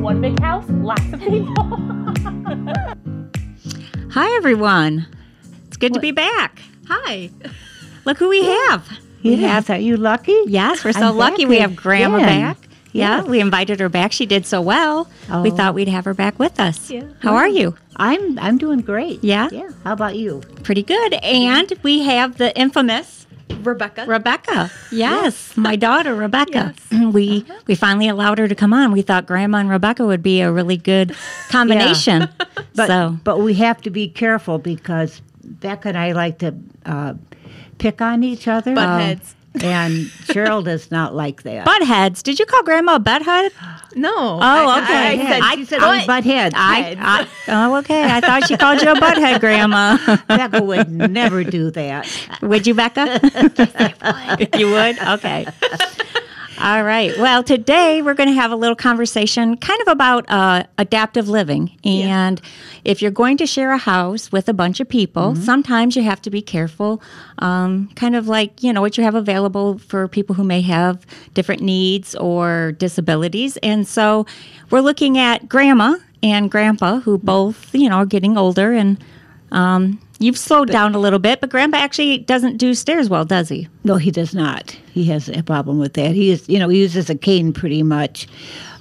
one big house, lots of people. Hi, everyone. It's good to What- be back. Hi. Look who we have. You have that. You lucky? Yes, we're so I'm lucky we back have Grandma again. back. Yeah, we invited her back. She did so well. We Oh. thought we'd have her back with us. Yeah. How are you? I'm I'm doing great. Yeah? Yeah. How about you? Pretty good. And we have the infamous Rebecca. Rebecca. Yes, my daughter Rebecca. We we finally allowed her to come on. We thought Grandma and Rebecca would be a really good combination. But so but we have to be careful because Beck and I like to uh, pick on each other. Um, Butt heads. and Cheryl does not like that. butt heads. Did you call Grandma a butt head? no. Oh, okay. I, said, I- she said I- we butt heads. I, I oh okay. I thought she called you a butt head, Grandma. Becca would never do that. Would you, Becca? you would? Okay. All right. Well, today we're going to have a little conversation kind of about uh, adaptive living. And if you're going to share a house with a bunch of people, sometimes you have to be careful, um, kind of like, you know, what you have available for people who may have different needs or disabilities. And so we're looking at grandma and grandpa, who both, you know, are getting older and um, you've slowed down a little bit, but Grandpa actually doesn't do stairs well, does he? No, he does not. He has a problem with that. He is, you know, he uses a cane pretty much,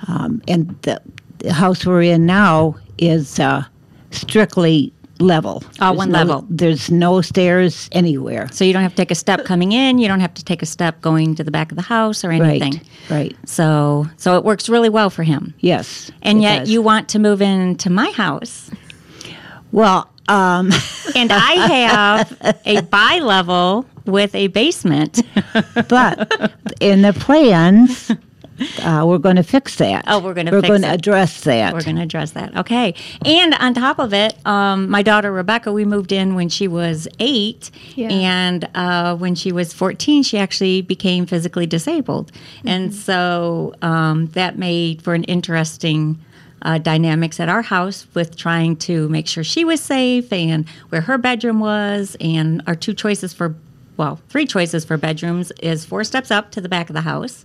um, and the, the house we're in now is uh, strictly level. Oh, There's one no- level. There's no stairs anywhere. So you don't have to take a step coming in. You don't have to take a step going to the back of the house or anything. Right. Right. So, so it works really well for him. Yes. And it yet, does. you want to move into my house, well, um, and I have a bi-level with a basement. but in the plans, uh, we're going to fix that. Oh, we're gonna we're fix going to it. address that. We're going to address that. Okay. And on top of it, um, my daughter Rebecca, we moved in when she was eight. Yeah. And uh, when she was 14, she actually became physically disabled. And so um, that made for an interesting. Uh, dynamics at our house with trying to make sure she was safe and where her bedroom was and our two choices for well three choices for bedrooms is four steps up to the back of the house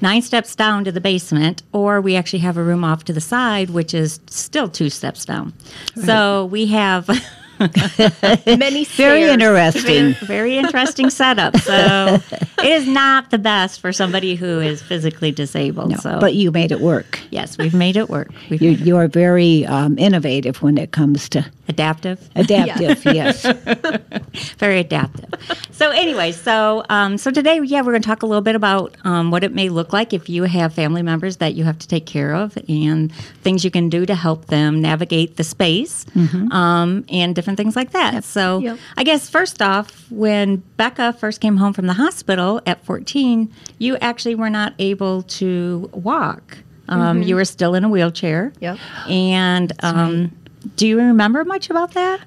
nine steps down to the basement, or we actually have a room off to the side, which is still two steps down. So we have Very Many stairs. interesting. very interesting setup. So it is not the best for somebody who is physically disabled. so, But you made it work. yes, we've made it work. We've You, made it you are very um, innovative when it comes to adaptive. adaptive. Yes. very adaptive. so anyway, so um, so today, yeah, we're going to talk a little bit about um, what it may look like if you have family members that you have to take care of, and things you can do to help them navigate the space, um, and different things like that. So Mm-hmm. Yep. I guess first off, when Becca first came home from the hospital at 14, you actually were not able to walk. Um, You were still in a wheelchair. Mm-hmm. Yep. And um, do you remember much about that?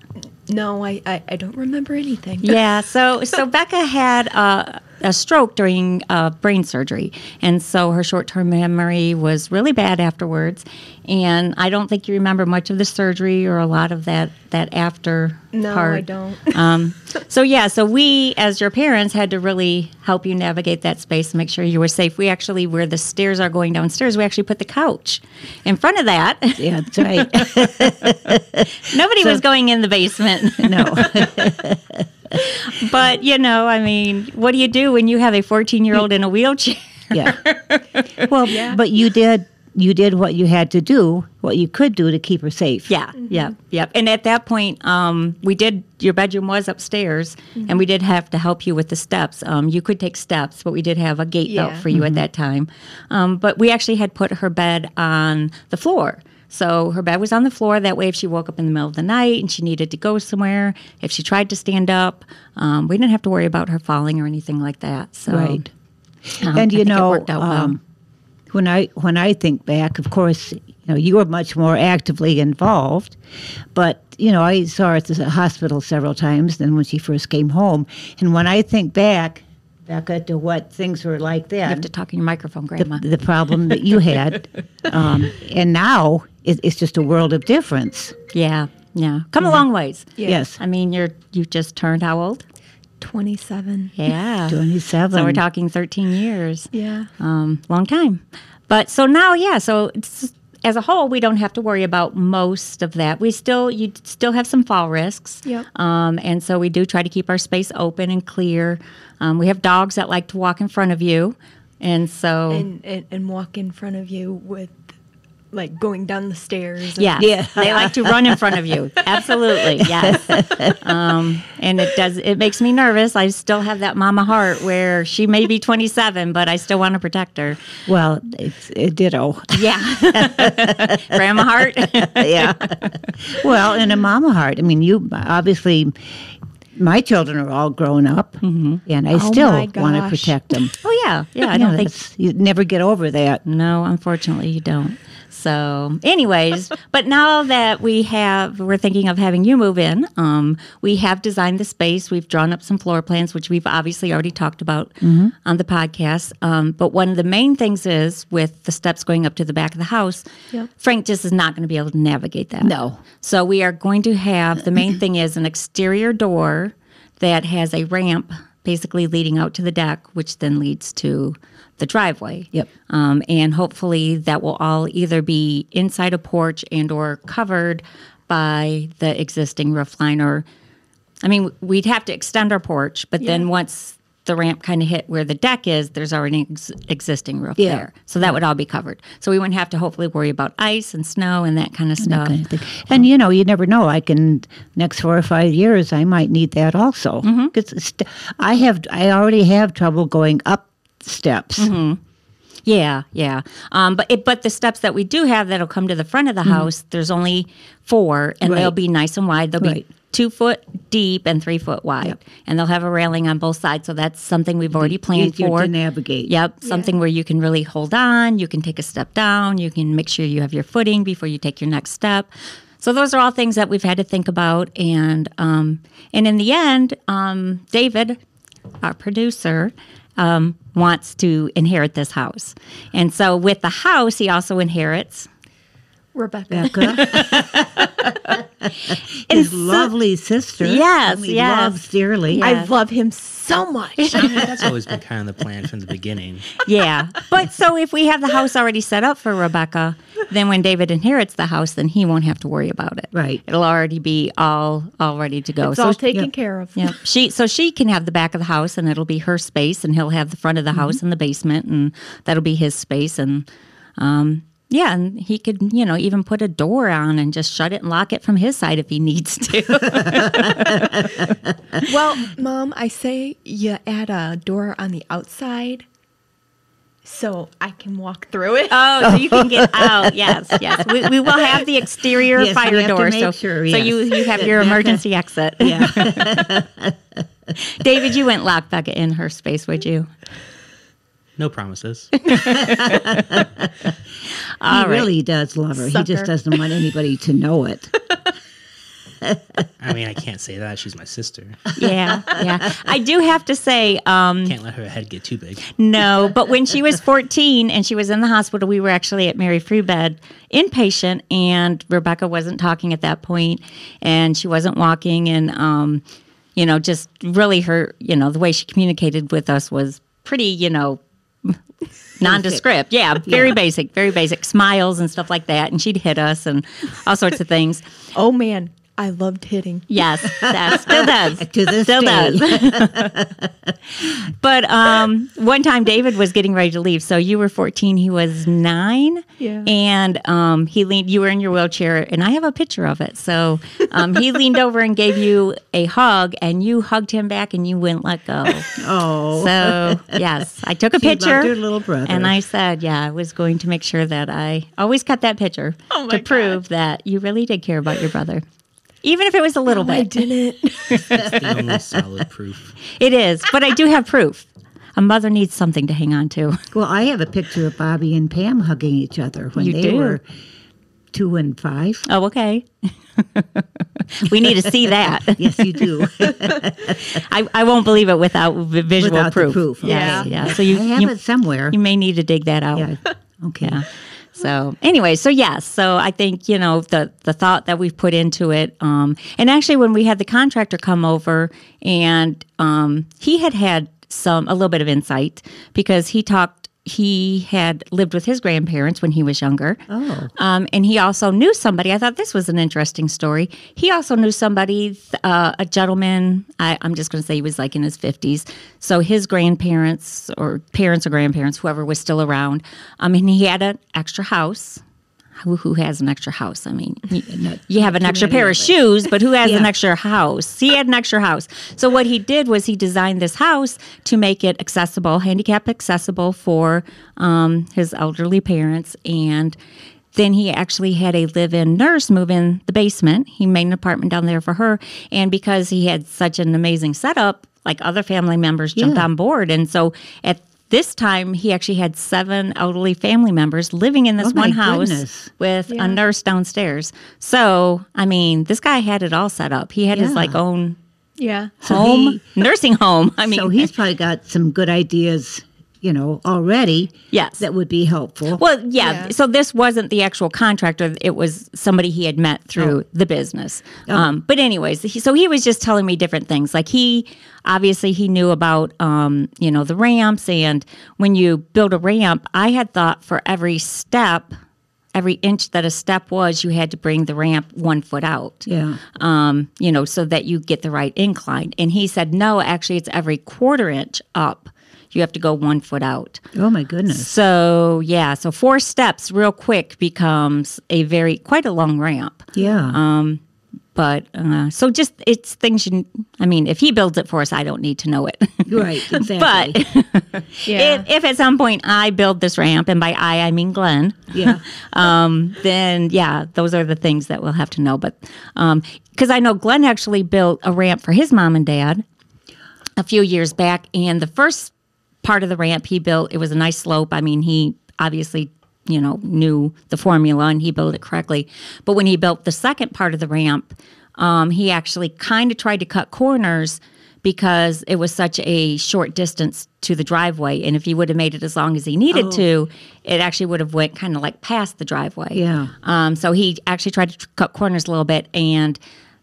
No, I, I, I don't remember anything. yeah. So so Becca had uh, a stroke during uh, brain surgery, and so her short term memory was really bad afterwards. And I don't think you remember much of the surgery or a lot of that that after No, part. I don't. Um, so yeah, so we as your parents had to really help you navigate that space and make sure you were safe. We actually where the stairs are going downstairs, we actually put the couch in front of that. Yeah, that's right. Nobody was going in the basement. No. But you know, I mean, what do you do when you have a 14 year old in a wheelchair? Yeah. Well, but you did you did what you had to do, what you could do to keep her safe. Yeah, yeah, yeah. And at that point, um, we did. Your bedroom was upstairs, and we Mm-hmm. did have to help you with the steps. Um, you could take steps, but we did have a gate Yeah. belt for you Mm-hmm. at that time. Um, but we actually had put her bed on the floor. So her bed was on the floor. That way, if she woke up in the middle of the night and she needed to go somewhere, if she tried to stand up, um, we didn't have to worry about her falling or anything like that. So, Right. um, and I you think it know, worked out well. um, when I when I think back, of course, you know, you were much more actively involved. But you know, I saw her at the hospital several times. Then when she first came home, and when I think back, Becca, to what things were like you then, have to talk in your microphone, Grandma. the problem that you had, um, and now it, it's just a world of difference. yeah, yeah. Come a long ways. Yeah. Yes, I mean, you're you just turned how old? 27. Yeah. twenty-seven. So we're talking 13 years. Yeah. Um, long time. But so now, yeah, so it's as a whole, we don't have to worry about most of that. We still, you still have some fall risks. Yep. Um, and so we do try to keep our space open and clear. Um, we have dogs that like to walk in front of you. And so, and, and and walk in front of you with like going down the stairs. and- yeah, Yeah. they like to run in front of you. Absolutely. Yes. Um, and it does, it makes me nervous. I still have that mama heart where she may be 27, but I still want to protect her. Well, it's it ditto. Yeah. Grandma heart. yeah. Well, and a mama heart. I mean, you obviously, my children are all grown up, Mm-hmm. and I still my want to gosh. protect them. oh, yeah. Yeah. I don't think you never get over that. No, unfortunately, you don't. So, anyways, but now that we have, we're thinking of having you move in. Um, we have designed the space. We've drawn up some floor plans, which we've obviously already talked about on the podcast. Um, but one of the main things is with the steps going up to the back of the house, Yep. Frank just is not going to be able to navigate that. No. So we are going to have the main thing is an exterior door that has a ramp basically leading out to the deck, which then leads to the driveway. Yep. Um, and hopefully that will all either be inside a porch and or covered by the existing roof line or I mean we'd have to extend our porch, but then once the ramp kind of hit where the deck is, there's already an ex- existing roof Yeah. there. So that would all be covered. So we wouldn't have to hopefully worry about ice and snow and that kind of stuff. kind of thing. And you know, you never know. Like in next four or five years, I might need that also. Mm-hmm. Because I have, I already have trouble going up Mm-hmm. steps. Yeah, yeah. Um, but it, but the steps that we do have that'll come to the front of the house, there's only four, and they'll Mm-hmm. Right. be nice and wide. They'll Right. be two foot deep and three foot wide, and they'll have a railing on both sides. So that's something Mm-hmm. we've already planned Easier for. to navigate. Yep, something where you can really hold on. You can take a step down. You can make sure you have your footing before you take your next step. So those are all things that we've had to think about, and um, and in the end, um, David, our producer, um, wants to inherit this house, and so with the house, he also inherits. Rebecca. Becca. His lovely sister. who Yes, he yes. loves dearly. I love him so much. I mean, that's always been kind of the plan from the beginning. Yeah, but so if we have the house already set up for Rebecca, then when David inherits the house, then he won't have to worry about it. Right. it'll already be all all ready to go. It's So all taken care of. Yeah, she so she can have the back of the house and it'll be her space, and he'll have the front of the house and the basement, and that'll be his space. And um, yeah, and he could you know even put a door on and just shut it and lock it from his side if he needs to. Well, Mom, I say you add a door on the outside so I can walk through it. oh, so you can get out. Yes, yes. We, we will have the exterior Yes, we fire have to door, make so sure, so yes. you you have your emergency exit. Yeah. David, you wouldn't lock Becca in her space, would you? No promises. All he right. really does love her. He Sucker. just doesn't want anybody to know it. I mean, I can't say that. She's my sister. Yeah, yeah. I do have to say, um, Can't let her head get too big. No, but when she was 14 and she was in the hospital, we were actually at Mary Free Bed inpatient, and Rebecca wasn't talking at that point, and she wasn't walking, and um, you know, just really her, you know, the way she communicated with us was pretty, you know. Nondescript, yeah, very basic, very basic smiles and stuff like that, and she'd hit us and all sorts of things. Oh man, I loved hitting. Yes, that still does. To this still day. does. but um, one time David was getting ready to leave. So you were 14, he was nine. Yeah. And um, he leaned, you were in your wheelchair, and I have a picture of it. So um, he leaned over and gave you a hug, and you hugged him back and you wouldn't let go. Oh. So, yes, I took a He loved picture. her little brother. And I said, yeah, I was going to make sure that I always cut that picture Oh my to prove that you really did care about your brother, even if it was a little Oh, I bit. didn't. That's the only solid proof. It is, but I do have proof. A mother needs something to hang on to. Well, I have a picture of Bobby and Pam hugging each other when You they do. were two and five. Oh, okay. we need to see that. Yes, you do. I, I won't believe it without v- visual Without the proof. proof, Yes, okay. yeah. So I you have you, it somewhere. you may need to dig that out. Yeah. Okay. Yeah. So anyway, so yes, so I think you know the the thought that we've put into it, um, and actually when we had the contractor come over, and um, he had had some a little bit of insight because he talked he had lived with his grandparents when he was younger. Oh. Um, and he also knew somebody. I thought this was an interesting story. He also knew somebody, th- uh, a gentleman. I, I'm just going to say he was like in his 50s. So his grandparents or parents or grandparents, whoever was still around. Um, and he had an extra house. Who, who has an extra house? I mean, you, you have an extra pair of shoes, but who has an extra house? He had an extra house. So what he did was he designed this house to make it accessible, handicap accessible for um, his elderly parents, and then he actually had a live-in nurse move in the basement. He made an apartment down there for her, and because he had such an amazing setup, like other family members jumped on board, and so at this time he actually had seven elderly family members living in this Oh, one my house goodness. with a nurse downstairs. So, I mean, this guy had it all set up. He had his Yeah. like own Yeah. home, nursing home. I mean, so he's probably got some good ideas, you know, already. Yes. That would be helpful. well, yeah, Yeah. So this wasn't the actual contractor; it was somebody he had met Oh. through the business. Um, but anyways, he, so he was just telling me different things. Like he obviously he knew about um, you know the ramps, and when you build a ramp, I had thought for every step. Every inch that a step was, you had to bring the ramp one foot out. yeah. um, you know, so that you get the right incline. And he said, no, actually, it's every quarter inch up. You have to go one foot out. Oh, my goodness. So yeah, so four steps real quick becomes a very quite a long ramp. Yeah. But uh, so just it's things you. I mean, if he builds it for us, I don't need to know it. right. Exactly. but Yeah. if, if at some point I build this ramp, and by I I mean Glenn, yeah. um, then yeah, those are the things that we'll have to know. But because I know Glenn actually built a ramp for his mom and dad a few years back, and the first part of the ramp he built, it was a nice slope. I mean, he obviously you know knew the formula and he built it correctly. But when he built the second part of the ramp, um, he actually kind of tried to cut corners. Because it was such a short distance to the driveway, and if he would have made it as long as he needed to, it actually would have went kind of like past the driveway. Yeah. Um, so he actually tried to tr- cut corners a little bit, and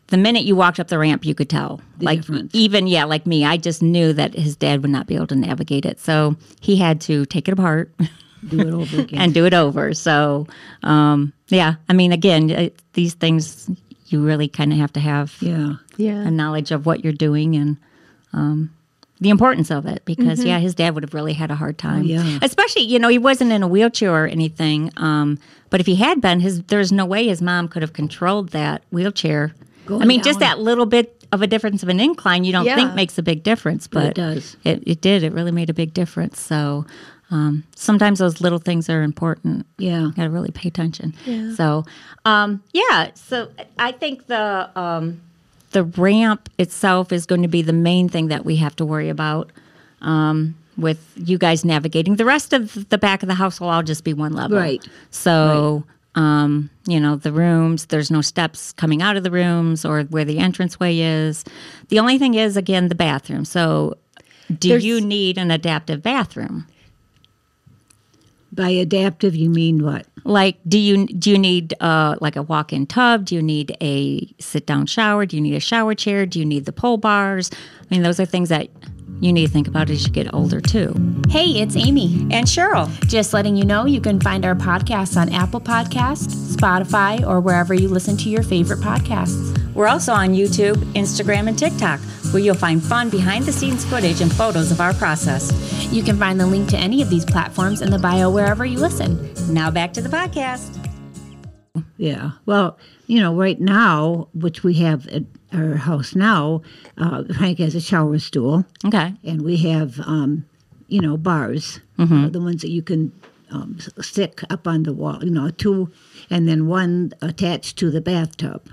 the minute you walked up the ramp, you could tell. like difference. even yeah, like me, I just knew that his dad would not be able to navigate it, so he had to take it apart Do it over again. and do it over. So um, yeah, I mean, again, it, these things you really kind of have to have yeah. Yeah. a knowledge of what you're doing and um, the importance of it because yeah his dad would have really had a hard time Mm-hmm. Oh, yeah. especially you know he wasn't in a wheelchair or anything um, but if he had been his there's no way his mom could have controlled that wheelchair i Going mean just down. that little bit of a difference of an incline you don't think Yeah. makes a big difference but it does. it, it did it really made a big difference so um, sometimes those little things are important Yeah. got to really pay attention. So, um, yeah. So I think the um, the ramp itself is going to be the main thing that we have to worry about um, with you guys navigating. The rest of the back of the house will all just be one level, Right. So. Um, you know, the rooms, there's no steps coming out of the rooms or where the entranceway is. The only thing is, again, the bathroom. So, do There's- you need an adaptive bathroom? By adaptive, you mean what? like do you do you need uh like a walk-in tub do you need a sit-down shower do you need a shower chair do you need the pole bars i mean those are things that you need to think about as you get older too Hey, it's Amy. and cheryl Just letting you know you can find our podcasts on Apple Podcasts, Spotify, or wherever you listen to your favorite podcasts. we're also on youtube instagram and tiktok where you'll find fun behind the scenes footage and photos of our process You can find the link to any of these platforms in the bio wherever you listen. now back to the podcast Yeah. Well, you know, right now, which we have at our house now, uh, Frank has a shower stool, okay and we have, um, you know, bars, Mm-hmm. uh, the ones that you can um, s- stick up on the wall, you know, two, and then one attached to the bathtub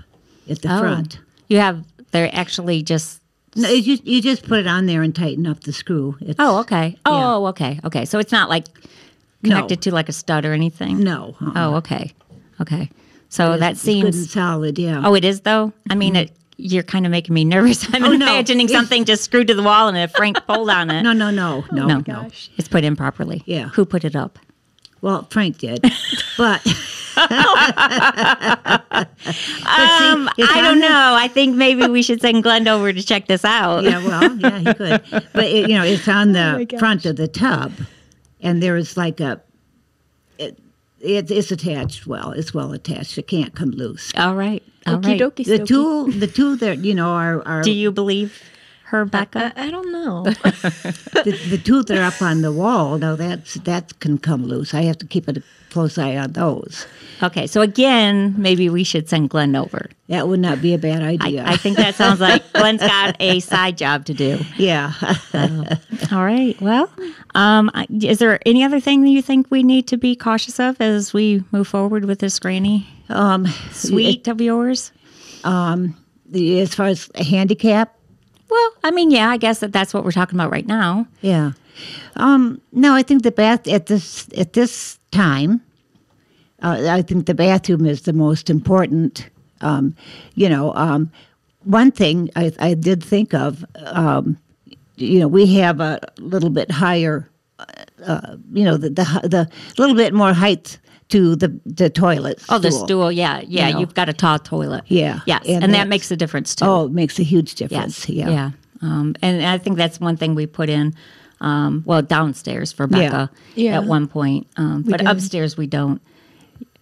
at Oh. the front. you have they're actually just No, you just, you just put it on there and tighten up the screw. It's, oh okay oh okay okay so it's not like connected to like a stud or anything No. uh-uh. oh okay okay so that It's good and seems solid, yeah. Oh, it is though. I mean, it, you're kind of making me nervous. I'm no. imagining something just screwed to the wall and a Frank pulled on it. No, no, no, no, Oh, no. Gosh. It's put in properly. Yeah. Who put it up? Well, Frank did, but Um, it's I on don't the- know. I think maybe we should send Glenn over to check this out. yeah, well, yeah, he could. But it, you know, it's on the gosh. front of the tub, and there is like a it, it, it's attached well. It's well attached. It can't come loose. All right. All Okie right. dokie. The stokey. two the two that you know are are Do you believe her, I, Becca? I don't know. the, the two that are up on the wall. Now that's that can come loose. I have to keep a close eye on those. uh, Okay. So again, maybe we should send Glenn over. That would not be a bad idea. I think that sounds like Glenn's got a side job to do. yeah. All right. Well, um, I- is there any other thing that you think we need to be cautious of as we move forward with this granny Um, suite of yours? the- as far as a handicap, Well, I mean, yeah, I guess that that's what we're talking about right now. yeah. Um, no, I think the bath at this at this time, uh, I think the bathroom is the most important. Um, you know, um, one thing I, I did think of, um, you know, we have a little bit higher, uh, you know, the, the hi- the little bit more height to the the toilet. Oh, the stool. Yeah. Yeah. You know. You've got a tall toilet. Yeah, Yes. and And, that that's- makes a difference too. Oh, it makes a huge difference. yes. Yeah. Um, and I think that's one thing we put in, um, well, downstairs for Becca Yeah. at one point, um, but did. upstairs we don't.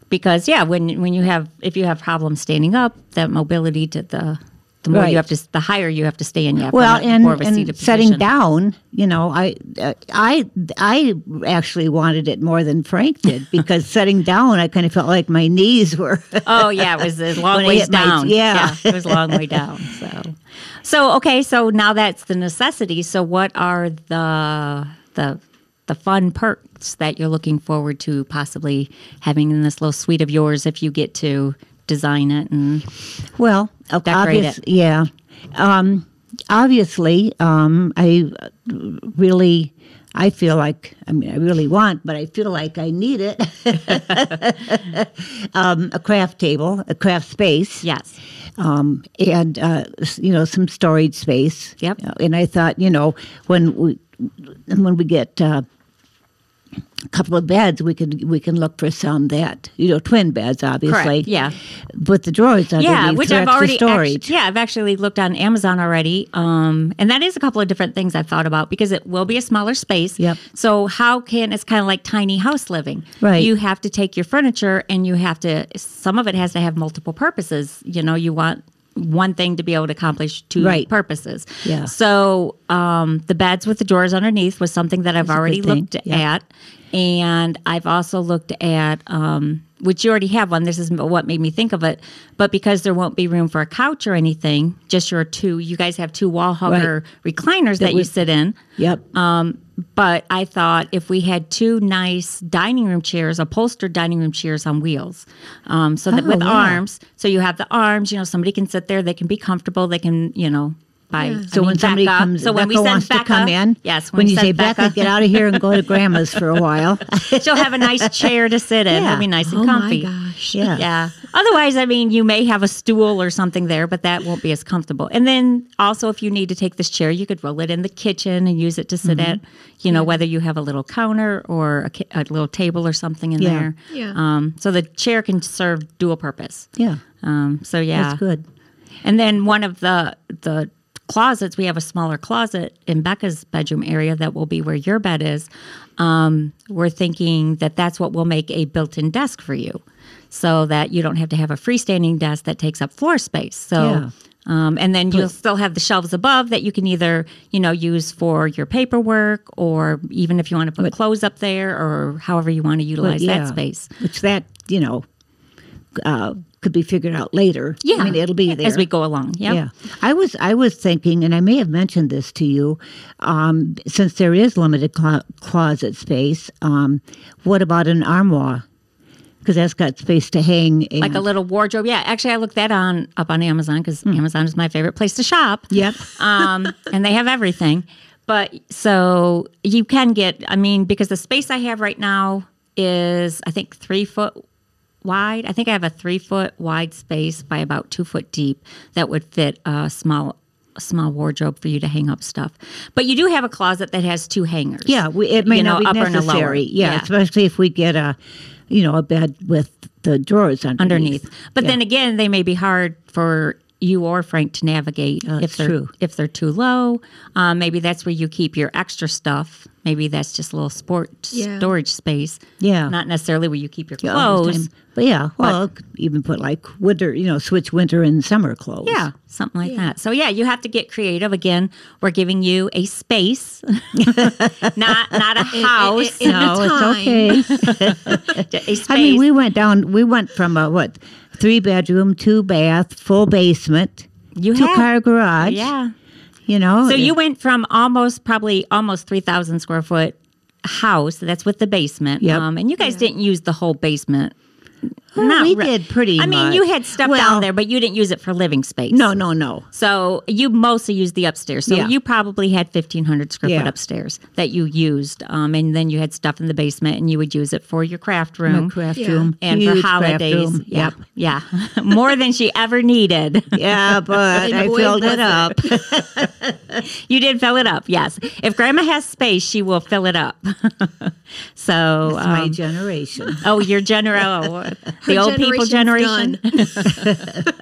Because yeah, when when you have if you have problems standing up, that mobility to the the more Right. you have to s- the higher you have to stand. Yeah, well from a- and, more of a and seated setting position. down you know i uh, i i actually wanted it more than frank did because setting down i kind of felt like my knees were Oh yeah, it was a long When I ways hit my- down. yeah. it was a long way down. So, so okay, so now that's the necessity. So, what are the the the fun perks that you're looking forward to possibly having in this little suite of yours if you get to design it? And well ob- Decorate obvious- it. yeah um obviously um i uh, really i feel like i mean i really want but i feel like i need it um a craft table a craft space yes, um, and uh, s- you know some storage space. Yep. Uh, And I thought, you know, when we when we get uh, a couple of beds, we could we can look for some that you know twin beds, obviously. yeah. With the drawers underneath yeah, which for I've extra already actu- storage. yeah, I've actually looked on Amazon already, um, and that is a couple of different things I've thought about because it will be a smaller space. Yep. So how can it's kind of like tiny house living? Right. You have to take your furniture and you have to. Some of it has to have multiple purposes. You know, you want one thing to be able to accomplish two Right. purposes. Yeah. So um, the beds with the drawers underneath was something that I've a good already thing. looked Yeah. at, and I've also looked at um, which you already have one. This is what made me think of it, but because there won't be room for a couch or anything, just your two. You guys have two wall hugger recliners that, you we- sit in. Yep. Um, But I thought if we had two nice dining room chairs, upholstered dining room chairs on wheels, um, so that Oh, with yeah. arms, so you have the arms, you know, somebody can sit there, they can be comfortable, they can, you know, by so when somebody comes, so when we Becca send wants Becca, to come in, yes, when, we you send say Becca, get out of here and go to Grandma's for a while. she'll have a nice chair to sit in. Yeah. It'll be nice and oh comfy. my gosh. Yeah. Yeah. Otherwise, I mean, you may have a stool or something there, but that won't be as comfortable. And then also, if you need to take this chair, you could roll it in the kitchen and use it to sit at, you know, whether you have a little counter or a, ki- a little table or something in Yeah. there. Yeah. Um, so the chair can serve dual purpose. yeah. Um, so yeah, That's good. And then one of the the closets, we have a smaller closet in Becca's bedroom area that will be where your bed is. Um, we're thinking that that's what will make a built-in desk for you, so that you don't have to have a freestanding desk that takes up floor space. So. Yeah. Um, and then you'll still have the shelves above that you can either, you know, use for your paperwork or even if you want to put clothes up there or however you want to utilize yeah, that space. Which that, you know, uh, could be figured out later. Yeah. I mean, it'll be there. As we go along. Yeah. Yeah. I was I was thinking, and I may have mentioned this to you, um, since there is limited clo- closet space, um, what about an armoire? Because that's got space to hang. And, like a little wardrobe. Yeah, actually, I looked that on up on Amazon because Mm. Amazon is my favorite place to shop. Yep. um, and they have everything. But so you can get. I mean, because the space I have right now is, I think, three foot wide. I think I have a three foot wide space by about two foot deep that would fit a small. A small wardrobe for you to hang up stuff, but you do have a closet that has two hangers. Yeah, we, it may you know, not upper and be a lower. necessary. Yeah, Yeah. especially if we get a, you know, a bed with the drawers underneath. underneath. But then again, they may be hard for you or Frank to navigate if that's they're true. if they're too low. Um, maybe that's where you keep your extra stuff. Maybe that's just a little sport Yeah. storage space. Yeah. Not necessarily where you keep your Yeah, all this clothes. time. But yeah, well, it could even put like winter, you know, switch winter and summer clothes. Yeah, something like that. So yeah, you have to get creative. Again, we're giving you a space, not not a house. in- no, No, it's time. okay. a space. I mean, we went down. We went from a what, three bedroom, two bath, full basement, You two have- car garage. yeah. you know. So you it- went from almost probably almost three thousand square foot house. That's with the basement. um, Yep. and you guys didn't use the whole basement. Well, Not we re- did pretty. I mean, much. you had stuff Well, down there, but you didn't use it for living space. No, no, no. So you mostly used the upstairs. So Yeah. you probably had fifteen hundred square Yeah. foot upstairs that you used, um, and then you had stuff in the basement, and you would use it for your craft room, craft Yeah. room and Huge for craft holidays. room. Yeah, yeah, more than she ever needed. Yeah, but And I boy, filled it was up. You did fill it up, yes. If Grandma has space, she will fill it up. so, It's my um, generation. oh, your general, the Her old people generation's generation,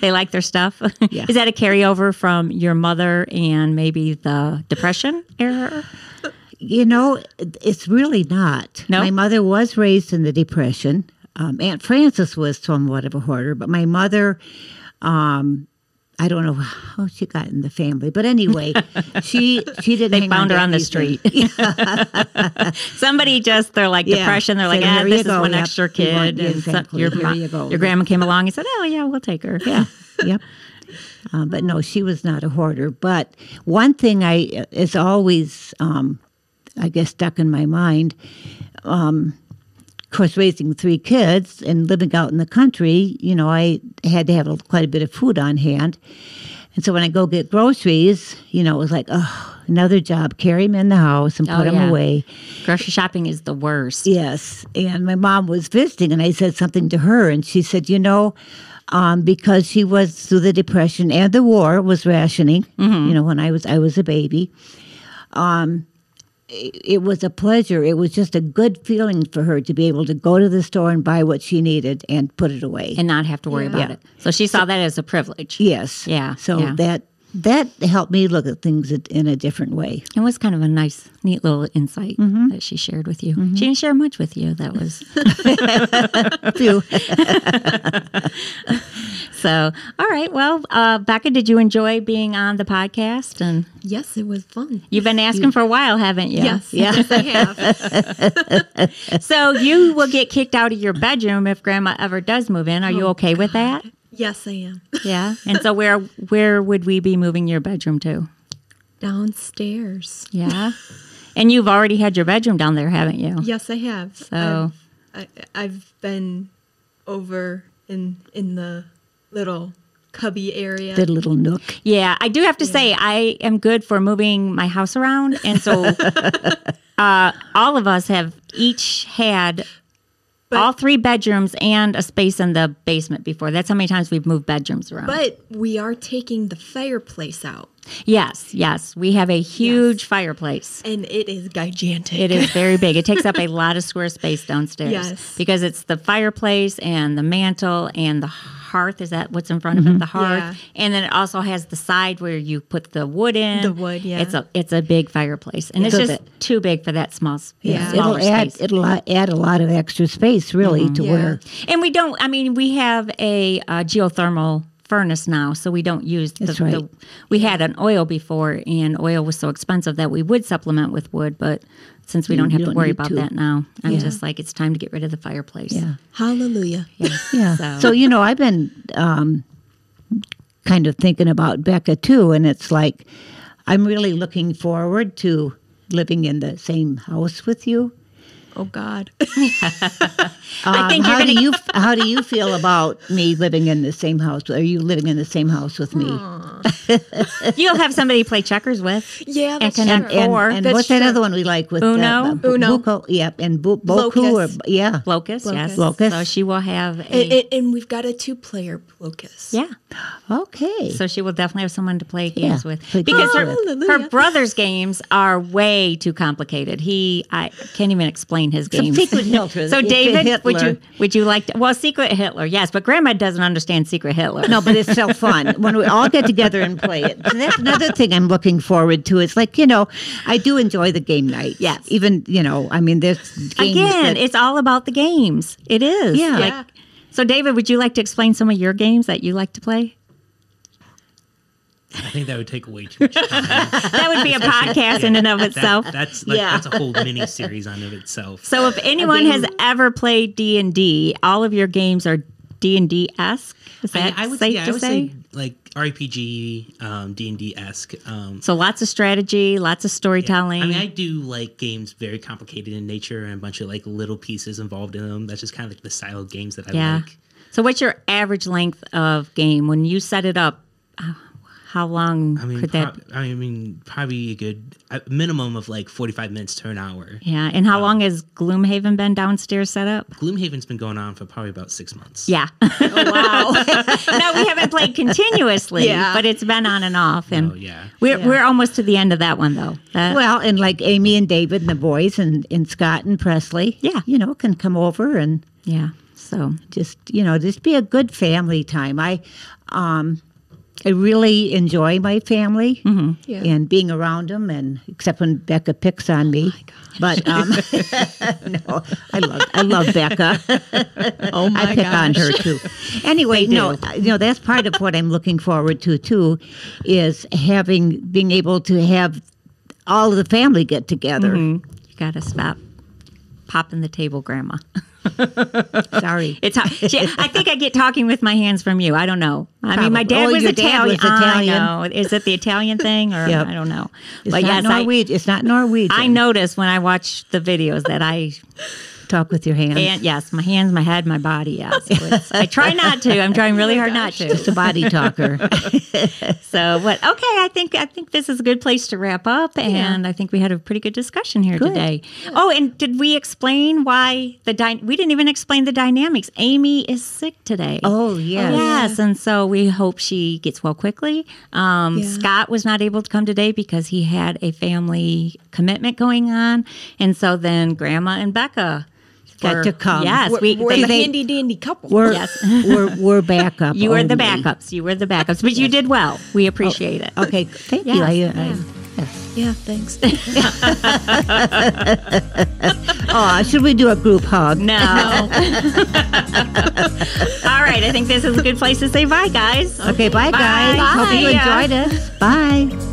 they like their stuff. Yeah. Is that a carryover from your mother and maybe the Depression era? You know, it- it's really not. No? My mother was raised in the Depression. Um, Aunt Frances was somewhat of a hoarder, but my mother, um, I don't know how she got in the family, but anyway, she she didn't. They hang found to her on the anything. street. Somebody just, they're like Yeah. Depression, they're like, Said, ah, "Here this you is go, one yep, extra you want- kid. and yeah, so- exactly, your, here mo- you go, your yep. grandma came along and said, oh, yeah, we'll take her. Yeah, yep. Um, but no, she was not a hoarder. But one thing I is always, um, I guess, stuck in my mind. Um, of course, raising three kids and living out in the country, you know, I had to have a, quite a bit of food on hand. And so when I go get groceries, you know, it was like, oh, another job, carry them in the house and put Oh, them yeah. away. Grocery shopping is the worst. Yes. And my mom was visiting, and I said something to her, and she said, You know, um, because she was through the depression and the war was rationing. Mm-hmm. You know, when I was I was a baby, um, it, it was a pleasure. It was just a good feeling for her to be able to go to the store and buy what she needed and put it away. And not have to worry about Yeah. it. So she saw that as a privilege. yes, Yeah, So yeah. that that helped me look at things in- in a different way. It was kind of a nice, neat little insight that she shared with you. She didn't share much with you. That was Phew. so. All right. Well, uh, Becca, did you enjoy being on the podcast? And yes, it was fun. you've been asking for a while, haven't you? Yes, yes, I have. So you will get kicked out of your bedroom if Grandma ever does move in. Are you okay with that? Yes, I am. Yeah. And so where where would we be moving your bedroom to? Downstairs. Yeah. And you've already had your bedroom down there, haven't you? Yes, I have. So- I've, I, I've been over in in the little cubby area. the little nook. Yeah, I do have to say I am good for moving my house around, and so uh, all of us have each had But- all three bedrooms and a space in the basement before. That's how many times we've moved bedrooms around. but we are taking the fireplace out, yes, yes, we have a huge fireplace. and it is gigantic. It is very big. It takes up a lot of square space downstairs. Yes. Because it's the fireplace and the mantle and the hearth. Is that what's in front of it? The hearth. Mm-hmm. Yeah. And then it also has the side where you put the wood in. The wood, yeah. It's a it's a big fireplace. And it's So just too big for that small s- Yeah. smaller it'll add space. Mm-hmm. it'll add a lot of extra space really to Yeah. where and we don't I mean, we have a uh, geothermal furnace now so we don't use the, That's the right. we had an oil before and oil was so expensive that we would supplement with wood but since we don't have you to don't worry need about to. that now i'm just like it's time to get rid of the fireplace Yeah. Hallelujah. Yeah. So- So, you know, I've been um, kind of thinking about Becca too, and it's like I'm really looking forward to living in the same house with you. Um, Oh God. i think you're How do gonna you How do you feel about me living in the same house? Are you living in the same house with me? you'll have somebody to play checkers with Yeah, that's And- true. and- And, Or- and That's what's that true. other one we like with Uno? The, Uno. Buko, yeah, and bu, Boku Blocus. or yeah, locust yes Locust. so she will have a and, and, and we've got a two-player locus. yeah okay. so she will definitely have someone to play games with play because games her, with. her Hallelujah. brother's games are way too complicated he i can't even explain explain his games. Secret Hitler. So Secret David, would Hitler. you would you like to, well Secret Hitler? Yes, but Grandma doesn't understand Secret Hitler. No, but it's so fun when we all get together and play it. So that's another thing I'm looking forward to. It's like you know, I do enjoy the game night. Yes. even you know, I mean, there's games Again, that- it's all about the games. It is. Yeah. Like- Yeah. so David, would you like to explain some of your games that you like to play? I think that would take way too much time. That would be a podcast in and of itself. That, that's like, Yeah. that's a whole mini series on of itself. So if anyone has ever played D and D, all of your games are D and D esque. Is that safe yeah, to say? like RPG, um, D and D esque. Um, So lots of strategy, lots of storytelling. I mean, I do like games very complicated in nature and a bunch of like little pieces involved in them. That's just kind of like the style of games that I yeah. like. So what's your average length of game when you set it up? uh, How long I mean, could that? prob- I mean, probably a good a minimum of like forty-five minutes to an hour. Be? Yeah, and uh, how long has Gloomhaven been downstairs set up? Gloomhaven's been going on for probably about six months. Yeah. wow. no, we haven't played continuously, but it's been on and off, and Oh yeah. we're we're almost to the end of that one though. That- well, and like Amy and David and the boys and, and Scott and Presley, Yeah. you know, can come over and yeah. So just you know just be a good family time i um i really enjoy my family Mm-hmm. Yeah. and being around them and except when becca picks on me Oh but um no i love i love becca Oh my I pick on her too. Anyway, no, you know that's part of what I'm looking forward to too, is having being able to have all of the family get together. you gotta stop popping the table, Grandma. Sorry, It's how, she, I think I get talking with my hands from you. I don't know. I mean, my Probably. dad, Oh, was, your dad Italian. was Italian. I know. Is it the Italian thing or Yep. I don't know? it's but yes, not I, Norwegian. it's not Norwegian. I notice when I watch the videos that I Talk with your hands. and yes, my hands, my head, my body. Yes, So it's- I try not to. I'm trying really hard not Just to. a body talker. So what? Okay, I think I think this is a good place to wrap up, and I think we had a pretty good discussion here today. Oh, and did we explain why the dy- we didn't even explain the dynamics? Amy is sick today. oh yes. Yes, and so we hope she gets well quickly. Um, Yeah. Scott was not able to come today because he had a family commitment going on, and so then Grandma and Becca Got were- to come. Yes, We're, we. we're they- the they- handy dandy couple. We're, Yes. we're, we're backup. you were the only. backups. You were the backups, but you did well. We appreciate it. Okay, thank Yes, you. I, uh, yeah. yeah, thanks. I, oh, should we do a group hug? No. All right, I think this is a good place to say bye, guys. Okay, bye, guys. Hope you Bye. enjoyed us. Bye.